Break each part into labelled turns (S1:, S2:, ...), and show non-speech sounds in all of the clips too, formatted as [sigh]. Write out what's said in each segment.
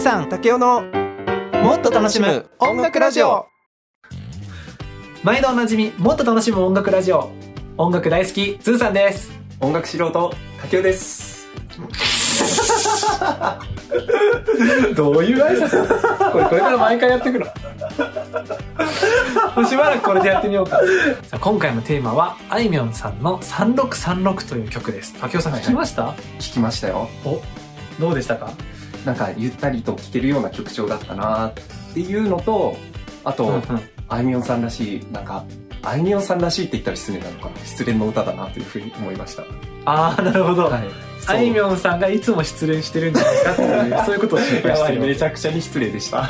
S1: さん
S2: 竹雄の
S1: もっと楽しむ音楽ラジオ毎度おなじみもっと楽しむ音楽ラジオ音楽大好きズーさんです
S2: 音楽素人竹雄です
S1: どういう挨拶これこれから毎回やってくの [laughs] もうしばらくこれでやってみようかさあ今回のテーマはあいみょんさんの「3636」という曲です竹雄さん聞きました、
S2: 聞きましたよ
S1: おどうでしたか
S2: なんかゆったりと聴けるような曲調だったなっていうのとあと、あいみょんさんらしいなんかあいみょんさんらしいって言ったら失礼なのかな失恋の歌だなというふうに思いました
S1: ああなるほど、
S2: はい
S1: あいみょんさんがいつも失恋してるんじゃないかっていう [laughs] そういうことを心配してる
S2: めちゃくちゃに失礼でした
S1: [laughs]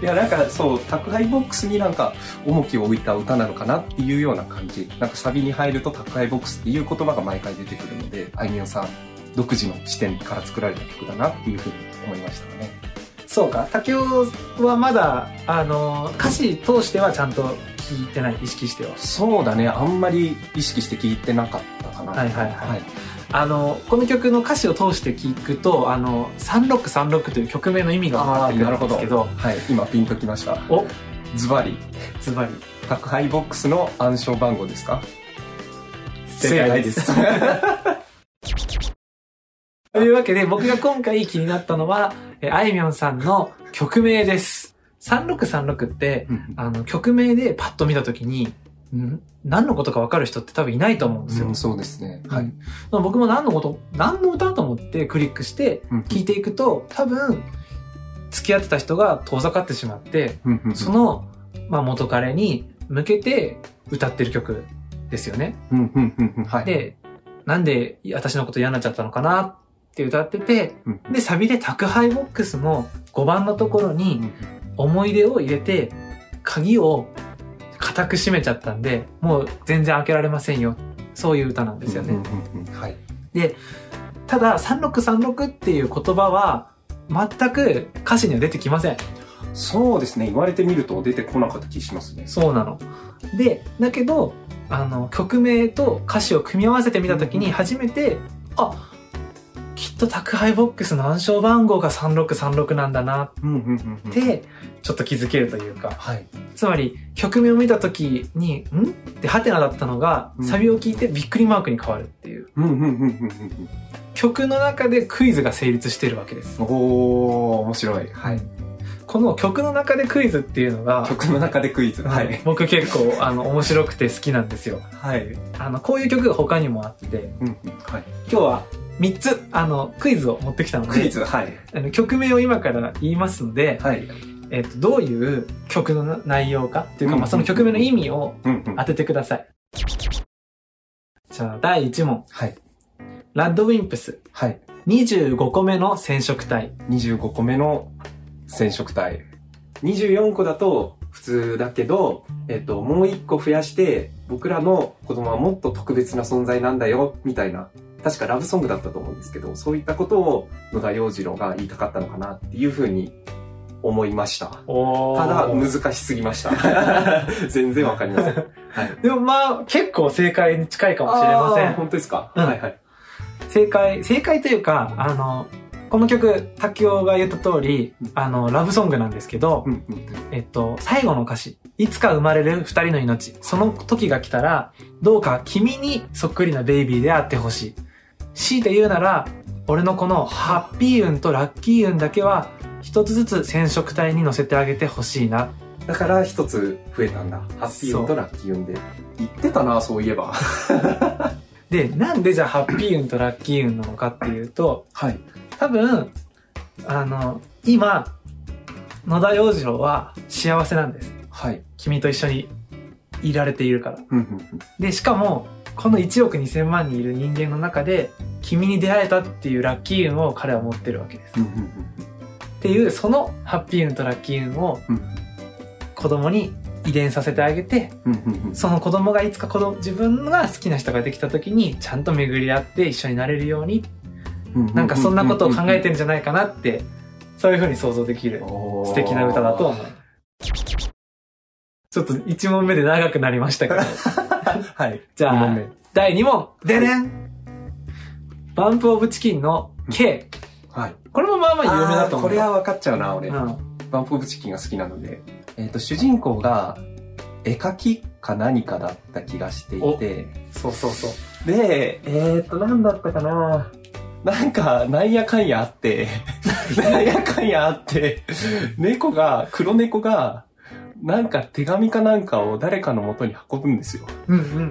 S2: いやなんかそう宅配ボックスになんか重きを置いた歌なのかなっていうような感じなんかサビに入ると宅配ボックスっていう言葉が毎回出てくるのであいみょんさん独自の視点から作られた曲だなっていうふうに思いましたね
S1: そうか竹雄はまだあの歌詞通してはちゃんと聞いてない意識しては
S2: そうだねあんまり意識して聞いてなかったかな
S1: はいはいはいあのこの曲の歌詞を通して聞くと「あの3636」という曲名の意味が分か
S2: あ
S1: っ
S2: あ
S1: てく
S2: な
S1: る
S2: る
S1: ん
S2: ほ
S1: で
S2: ど
S1: すけど
S2: はい今ピンときました
S1: お
S2: ズバリ
S1: ズバリ
S2: 宅配ボックスの暗証番号ですか
S1: 正解です [laughs] というわけで僕が今回気になったのはえあいみょんさんの曲名です3636って
S2: うん
S1: あの曲名でパッと見た時にん何のことか分かる人って多分いないと思うんですよ、
S2: うんそうですねはい、
S1: 僕も何のこと何の歌と思ってクリックして
S2: うん
S1: 聞いていくと多分付き合ってた人が遠ざかってしまって
S2: うんうんうん
S1: その、まあ、元彼に向けて歌ってる曲ですよね。
S2: うんうんうんうんはい、
S1: でなんで私のこと嫌になっちゃったのかなって歌ってて
S2: うん
S1: でサビで宅配ボックスの5番のところに思い出を入れて鍵を固く閉めちゃったんでもう全然開けられませんよそういう歌なんですよね。
S2: うんうんうんはい。
S1: ただ3636っていう言葉は全く歌詞には出てきません
S2: そうですね。言われてみると出てこなかった気しますね。
S1: そうなのでだけどあの曲名と歌詞を組み合わせてみた時
S2: うん
S1: に初めて、あきっと宅配ボックスの暗証番号が3636なんだな
S2: うんうんうんうん
S1: っ、てちょっと気づけるというか
S2: はい。
S1: つまり曲名を見た時に「ん?」ってハテナだったのが
S2: うん
S1: サビを聞いてびっくりマークに変わるっていう
S2: うんうんうんうんうん
S1: 曲の中でクイズが成立してるわけです
S2: うん。おー、面白い。
S1: はい、この曲の中でクイズっていうのが、
S2: 曲の中でクイズ。はい。
S1: 僕結構あの面白くて好きなんですよ
S2: はい。
S1: あのこういう曲が他にもあって
S2: うんうんはい。
S1: 今日は3つあのクイズを持ってきたので
S2: クイズ。はい。
S1: あの曲名を今から言いますので、
S2: はい。
S1: えっとどういう曲の内容かっていうか、
S2: うん
S1: まあ、その曲名の意味を
S2: うんうん
S1: 当ててください、じゃあ第1問
S2: はい。
S1: ラッドウィンプス
S2: はい。
S1: 25個目の染色体
S2: 25個目の染色体。24個だと普通だけど、えっと、もう1個増やして、僕らの子供はもっと特別な存在なんだよ、みたいな。確かラブソングだったと思うんですけど、そういったことを野田洋次郎が言いたかったのかなっていうふうに思いました。
S1: お
S2: ただ、
S1: ー
S2: 難しすぎました。
S1: [laughs]
S2: 全然わかりません。
S1: でもまあ結構正解に近いかもしれませ
S2: あー
S1: ん
S2: 本当ですか、
S1: うん
S2: はいはい。
S1: 正解正解というかあのこの曲滝雄が言った通りあのラブソングなんですけど、
S2: うんうん
S1: えっと、最後の歌詞「いつか生まれる二人の命その時が来たらどうか君にそっくりなベイビーであってほしい」強いて言うなら俺のこのハッピー運とラッキー運だけは一つずつ染色体に乗せてあげてほしいな
S2: だから一つ増えたんだ。ハッピー運とラッキー運で。言ってたな、そういえば。
S1: でなんでじゃあハッピー運とラッキー運なのかっていうと
S2: はい。
S1: 多分あの今野田洋次郎は幸せなんです
S2: はい。
S1: 君と一緒にいられているから
S2: うんうんうん
S1: でしかもこの1億2,000万人いる人間の中で君に出会えたっていうラッキー運を彼は持ってるわけです
S2: うん
S1: っていうそのハッピー運とラッキー運を
S2: うんうん
S1: 子供に遺伝させてあげて
S2: うんうんうんうん
S1: その子供がいつか子供自分が好きな人ができた時にちゃんと巡り合って一緒になれるように
S2: うんう
S1: なんかそんなことを考えてるんじゃないかなってそういうふうに想像できる
S2: おー
S1: 素敵な歌だと思う。ちょっと1問目で長くなりました
S2: [laughs]
S1: けど。
S2: はい
S1: じゃ
S2: 二
S1: あ
S2: 問目、
S1: 第2問。ででんバンプオブチキンの K。
S2: はい。
S1: これもまあまあ有名だと思
S2: こ
S1: う
S2: れ
S1: よ。
S2: は分かっちゃうな、俺。
S1: うん。
S2: バンプオブチキンが好きなので。えっ、と、主人公が、絵描きか何かだった気がしていて、
S1: そうそうそう。
S2: で、えっ、と、なんだったかななんか、なんやかんやあって、なんやかんやあって、猫が、黒猫が、なんか手紙かなんかを誰かの元に運ぶんですよ。
S1: うんうんうん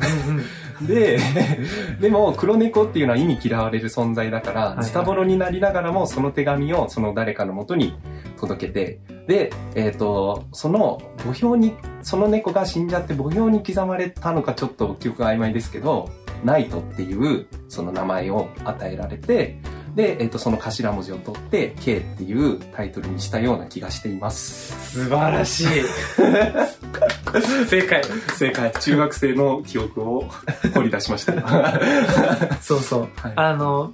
S1: うん。
S2: で、 [laughs] でも黒猫っていうのは意味嫌われる存在だか
S1: い
S2: ら、
S1: はい
S2: ズタボロになりながらもその手紙をその誰かの元に届けて、で、えっ、と、その墓標に、その猫が死んじゃって墓標に刻まれたのかちょっと記憶が曖昧ですけど、ナイトっていうその名前を与えられて、で、えっ、と、その頭文字を取って、K っていうタイトルにしたような気がしています。
S1: 素晴らしい。 [laughs] 正解。
S2: 正解。中学生の記憶を掘り出しま [laughs] した。
S1: そうそう。
S2: はい
S1: あの、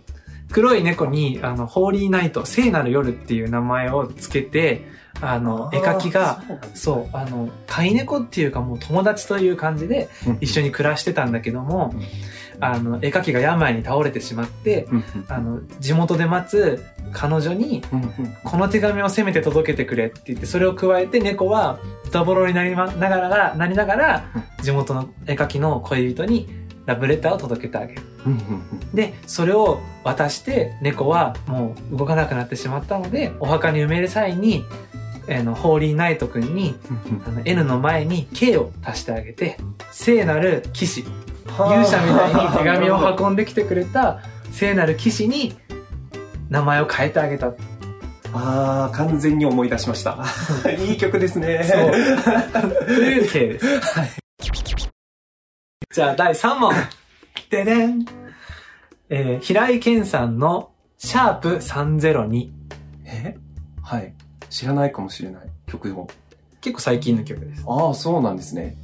S1: 黒い猫に、あの、ホーリーナイト、聖なる夜っていう名前をつけて、あの、絵描きが、そう、あの、飼い猫っていうかもう友達という感じで一緒
S2: に、
S1: に暮らしてたんだけども
S2: うん、
S1: あの、絵描きが病に倒れてしまって、
S2: うん
S1: あの、地元で待つ彼女に、
S2: うんうん
S1: この手紙をせめて届けてくれって言って、それを加えて猫は、ズタボロになりま、ながら、なりながら
S2: う、
S1: 地元の絵描きの恋人にラブレターを届けてあげる。
S2: うんうんうん
S1: で、それを渡して、猫はもう動かなくなってしまったので、お墓に埋める際に、あの、ホーリーナイト君に、あの、N の前に K を足してあげて、聖なる騎士、勇者みたいに手紙を運んできてくれた聖なる騎士に、名前を変えてあげた。 [laughs]
S2: ああ完全に思い出しましたいい曲ですね
S1: そう。という経緯です。じゃあ、第3問。ででん。えー平井堅さんの、シャープ302。
S2: えはい知らないかもしれない曲を
S1: 結構最近の曲です。
S2: ああそうなんですね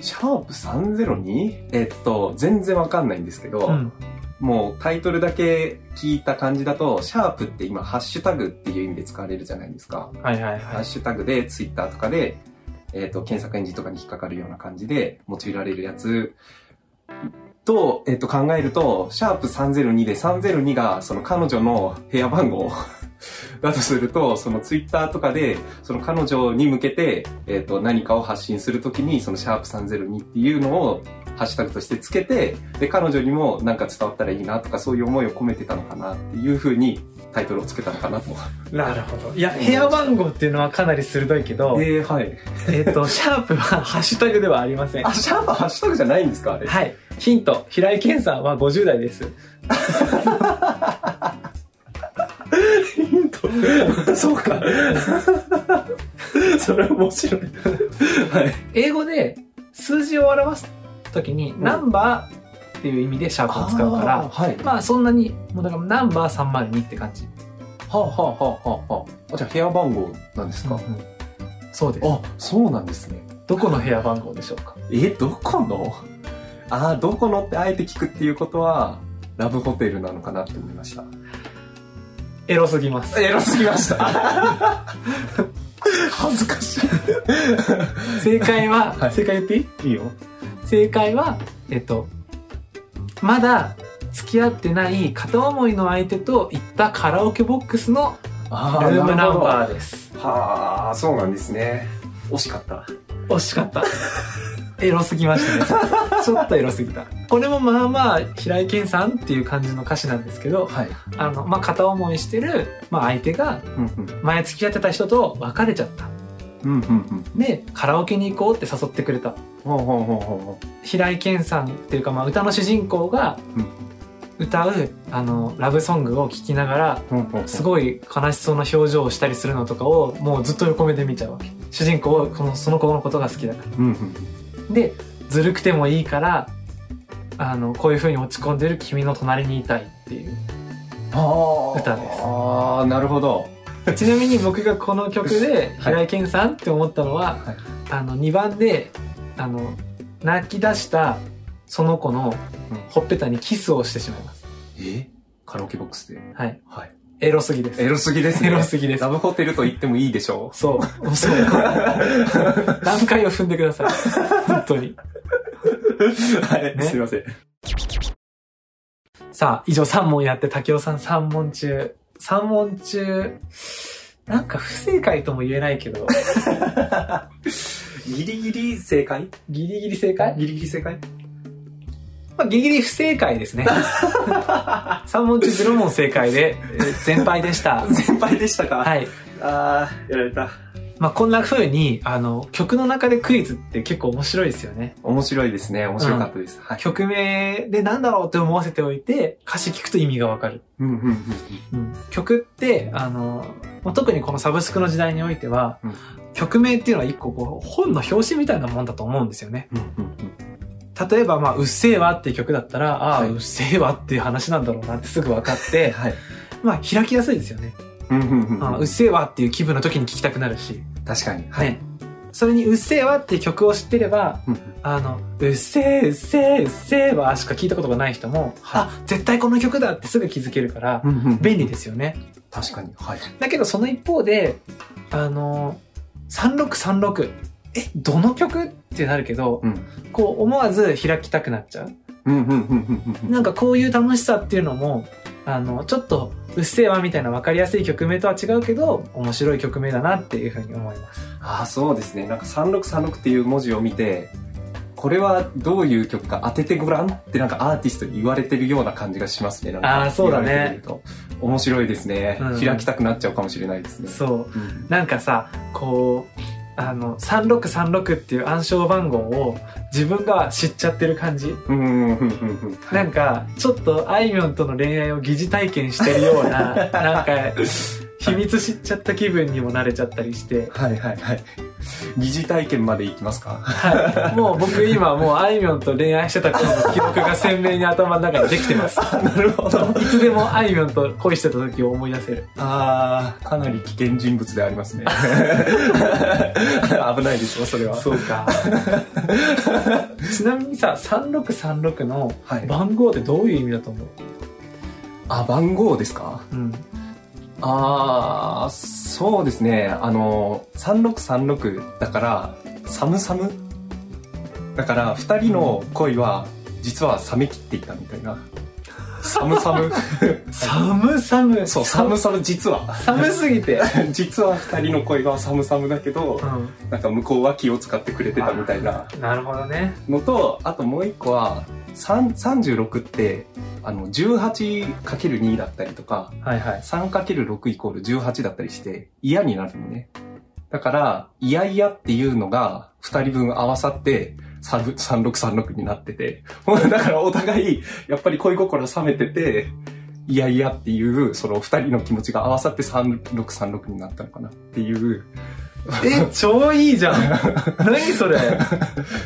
S2: シャープ 302? えっと全然わかんないんですけど、
S1: うん。
S2: もうタイトルだけ聞いた感じだとシャープって今ハッシュタグっていう意味で使われるじゃないですか
S1: はいはい
S2: ハ
S1: は
S2: ッ
S1: い。
S2: シュタグで、ツイッターとかで、えっ、と、検索エンジンとかに引っかかるような感じで用いられるやつと、えっ、と、考えると、シャープ302で、302が、その彼女の部屋番号 [laughs] だとすると、そのツイッターとかで、その彼女に向けて、えっ、と、何かを発信するときに、そのシャープ302っていうのを、ハッシュタグとしてつけて、で、彼女にもなんか伝わったらいいなとか、そういう思いを込めてたのかなっていうふうに、タイトルをつけたのかなと。
S1: なるほど。いや、部屋番号っていうのはかなり鋭いけど、
S2: えー、はい。
S1: えっ、と、シャープはハッシュタグではありません。
S2: あ、シャープハッシュタグじゃないんですかあれ。
S1: はい。ヒント。平井堅さんは50代です。
S2: ヒント。そうか。 [laughs] それ面白い。はい。
S1: 英語で数字を表すときに、
S2: ん
S1: ナンバーっていう意味でシャープを使うから、
S2: はい。
S1: まあそんなに、もうだからナンバー302って感じ。
S2: はあ、はあはあはあはあ、じゃあ部屋番号なんですか、
S1: うんそうです。
S2: あ、そうなんですね。
S1: どこの部屋番号でしょうか
S2: え、どこのあー、どこのってあえて聞くっていうことは、ラブホテルなのかなって思いました。
S1: エロすぎます。
S2: エロすぎました。恥ず
S1: [laughs]
S2: かし
S1: 正解は、
S2: はい
S1: 正解言っていい
S2: い。いいよ。
S1: 正解は、えっと、まだ付き合ってない片思いの相手と行ったカラオケボックスの
S2: あ
S1: ル
S2: ー
S1: ームナンバ
S2: なる
S1: ーです。
S2: ほどはあ、そうなんですね。惜しかった。
S1: 惜しかった。エロすぎましたね。ちょっとエロすぎた。これもまあまあ、平井堅さんっていう感じの歌詞なんですけど、
S2: はい。
S1: あの、まあ片思いしてる、まあ相手が
S2: うんうん。
S1: 前付き合ってた人と別れちゃった。
S2: うんうんうん。
S1: で、カラオケに行こうって誘ってくれた。
S2: ほうほうほうほうほ
S1: 平井堅さんっていうか、まあ、歌の主人公が
S2: うん
S1: 歌う、あのラブソングを聴きながら
S2: う。ほうほう
S1: す
S2: い。
S1: ごい悲しそうな表情をしたりするのとかをもうずっと横目で見ちゃうわけ主人公はこのその子のことが好きだか
S2: うんうん。
S1: らでずるくてもいいからあのこういう風に落ち込んでる君の隣にいたいって
S2: [laughs]
S1: いう
S2: ああ。
S1: 歌です
S2: ああ、なるほど。
S1: ちなみに僕がこの曲
S2: [laughs]
S1: で平井堅さんって思ったのは、
S2: はい
S1: あの2番であの泣き出したその子のほっぺたにキスをしてしまいます
S2: えカラオケボックスで。
S1: はい
S2: はい。
S1: エロすぎです。
S2: エロすぎですね。
S1: エロすぎです
S2: ラブホテルと言ってもいいでしょ
S1: そう。
S2: [laughs]
S1: そう。段階を踏んでください。本当に。
S2: う。はい。
S1: ね
S2: すい [laughs] ません。
S1: さあ、以上3問やって、竹雄さん3問中、 3問中、なんか不正解とも言えないけど、
S2: ギリギリ正解
S1: ギリギリ正解
S2: ギリギリ正解
S1: まあ、ギリギリ不正解ですね。3問中0問正解で、えー全敗で
S2: [laughs]
S1: した。
S2: 先輩でしたか、
S1: はい。
S2: あー、やられた。
S1: まあ、こんな風に、あの、曲の中でクイズって結構面白いですよね。
S2: 面白いですね。面白かったです。はい。
S1: 曲名でなんだろうって思わせておいて、歌詞聞くと意味がわかる。
S2: うんうんうん
S1: うん、曲って、あの、まあ特にこのサブスクの時代においては、
S2: うん
S1: 曲名っていうのは一個こう、本の表紙みたいなもんだと思うんですよね。
S2: うんうんうん
S1: 例えば、まあ、うっせぇわっていう曲だったら、ああ、
S2: はいう
S1: っせぇわっていう話なんだろうなってすぐ分かって、
S2: はい。
S1: [laughs] まあ、開きやすいですよね。
S2: うんうんうん
S1: あうっせぇわっていう気分の時に聴きたくなるし、
S2: 確かに。はい。
S1: ね。それに、うっせぇわっていう曲を知ってれば、
S2: うんうん
S1: あの、うっせぇうっせぇうっせぇわしか聞いたことがない人も、あ、絶対この曲だってすぐ気づけるから、
S2: うんうん
S1: 便利ですよね。
S2: 確かに。はい。
S1: だけど、その一方で、あの、3636、え、どの曲ってなるけど、
S2: うん。
S1: こう、思わず開きたくなっちゃう。
S2: うんうんうんうんうん。
S1: なんかこういう楽しさっていうのも、あの、ちょっと、うっせぇわみたいな分かりやすい曲名とは違うけど、面白い曲名だなっていうふうに思います。
S2: ああ、そうですね。なんか3636っていう文字を見て、これはどういう曲か当ててごらんってなんかアーティストに言われてるような感じがしますね。なんか
S1: あーそうだね
S2: 言われてみると面白いですね、
S1: うん
S2: 開きたくなっちゃうかもしれないですね。
S1: そう。
S2: うん
S1: なんかさ、こう、あの、3636っていう暗証番号を自分が知っちゃってる感じ。
S2: うんうんうんうんうん。
S1: な
S2: はい
S1: んか、ちょっとあいみょんとの恋愛を疑似体験してるよう [laughs] な、なんか、秘密知っちゃった気分にもなれちゃったりして、
S2: はいはいはい。疑似体験まで行きますか
S1: はい。もう僕今もうあいみょんと恋愛してた頃の記憶が鮮明に頭の中にできてます。
S2: [laughs] なるほど。
S1: [laughs] いつでもあいみょんと恋してた時を思い出せる。
S2: ああ、かなり危険人物であります [laughs] ね。危ないですよ、それは。
S1: うか。ちなみにさ、3636の
S2: はい。
S1: 番号ってどういう意味だと思う
S2: あ、番号ですか
S1: うん。
S2: ああ、そうですね。あの、3636だから、サムサムだから、二人の恋は、実は冷めきっていたみたいな。サムサム。
S1: 寒寒。
S2: そう、サムサム、実は。
S1: 寒すぎて。
S2: 実は二人の恋はサムサムだけど、
S1: う
S2: なんか向こうは気を使ってくれてたみたいな。
S1: ん。なるほどね。
S2: のとあともう一個は3 36ってあの 18×2 だったりとか
S1: はいはい。
S2: 3×6 イコール18だったりして嫌になるのねだから嫌々っていうのが2人分合わさって3 3636になってて [laughs] もうだからお互いやっぱり恋心冷めてて嫌々っていうその2人の気持ちが合わさって3636になったのかなっていう
S1: え、超いいじゃ [laughs] ん。何それ。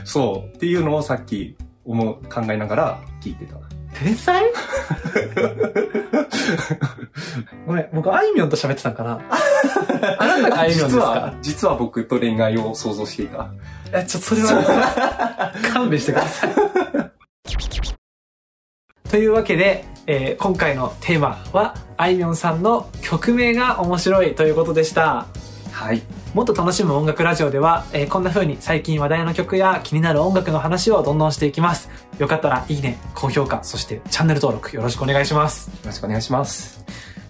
S2: そうっていうのをさっき思う考えながら聞いてた。
S1: 天 [laughs] 才ごめん、僕あいみょんと喋ってたんか [laughs] な。あなたがあいみょんです
S2: 実
S1: か
S2: は、実は僕と恋愛を想像していた。
S1: え、ちょ、それは、 [laughs] 勘弁してください。というわけで、えー今回のテーマは、あいみょんさんの曲名が面白いということでした。
S2: はい。
S1: もっと楽しむ音楽ラジオでは、えーこんな風に最近話題の曲や気になる音楽の話をどんどんしていきます。よかったらいいね、高評価、そしてチャンネル登録よろしくお願いします。
S2: よろしくお願いします。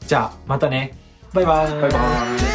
S1: じゃあ、またね。バイバーイ。
S2: バイバイ。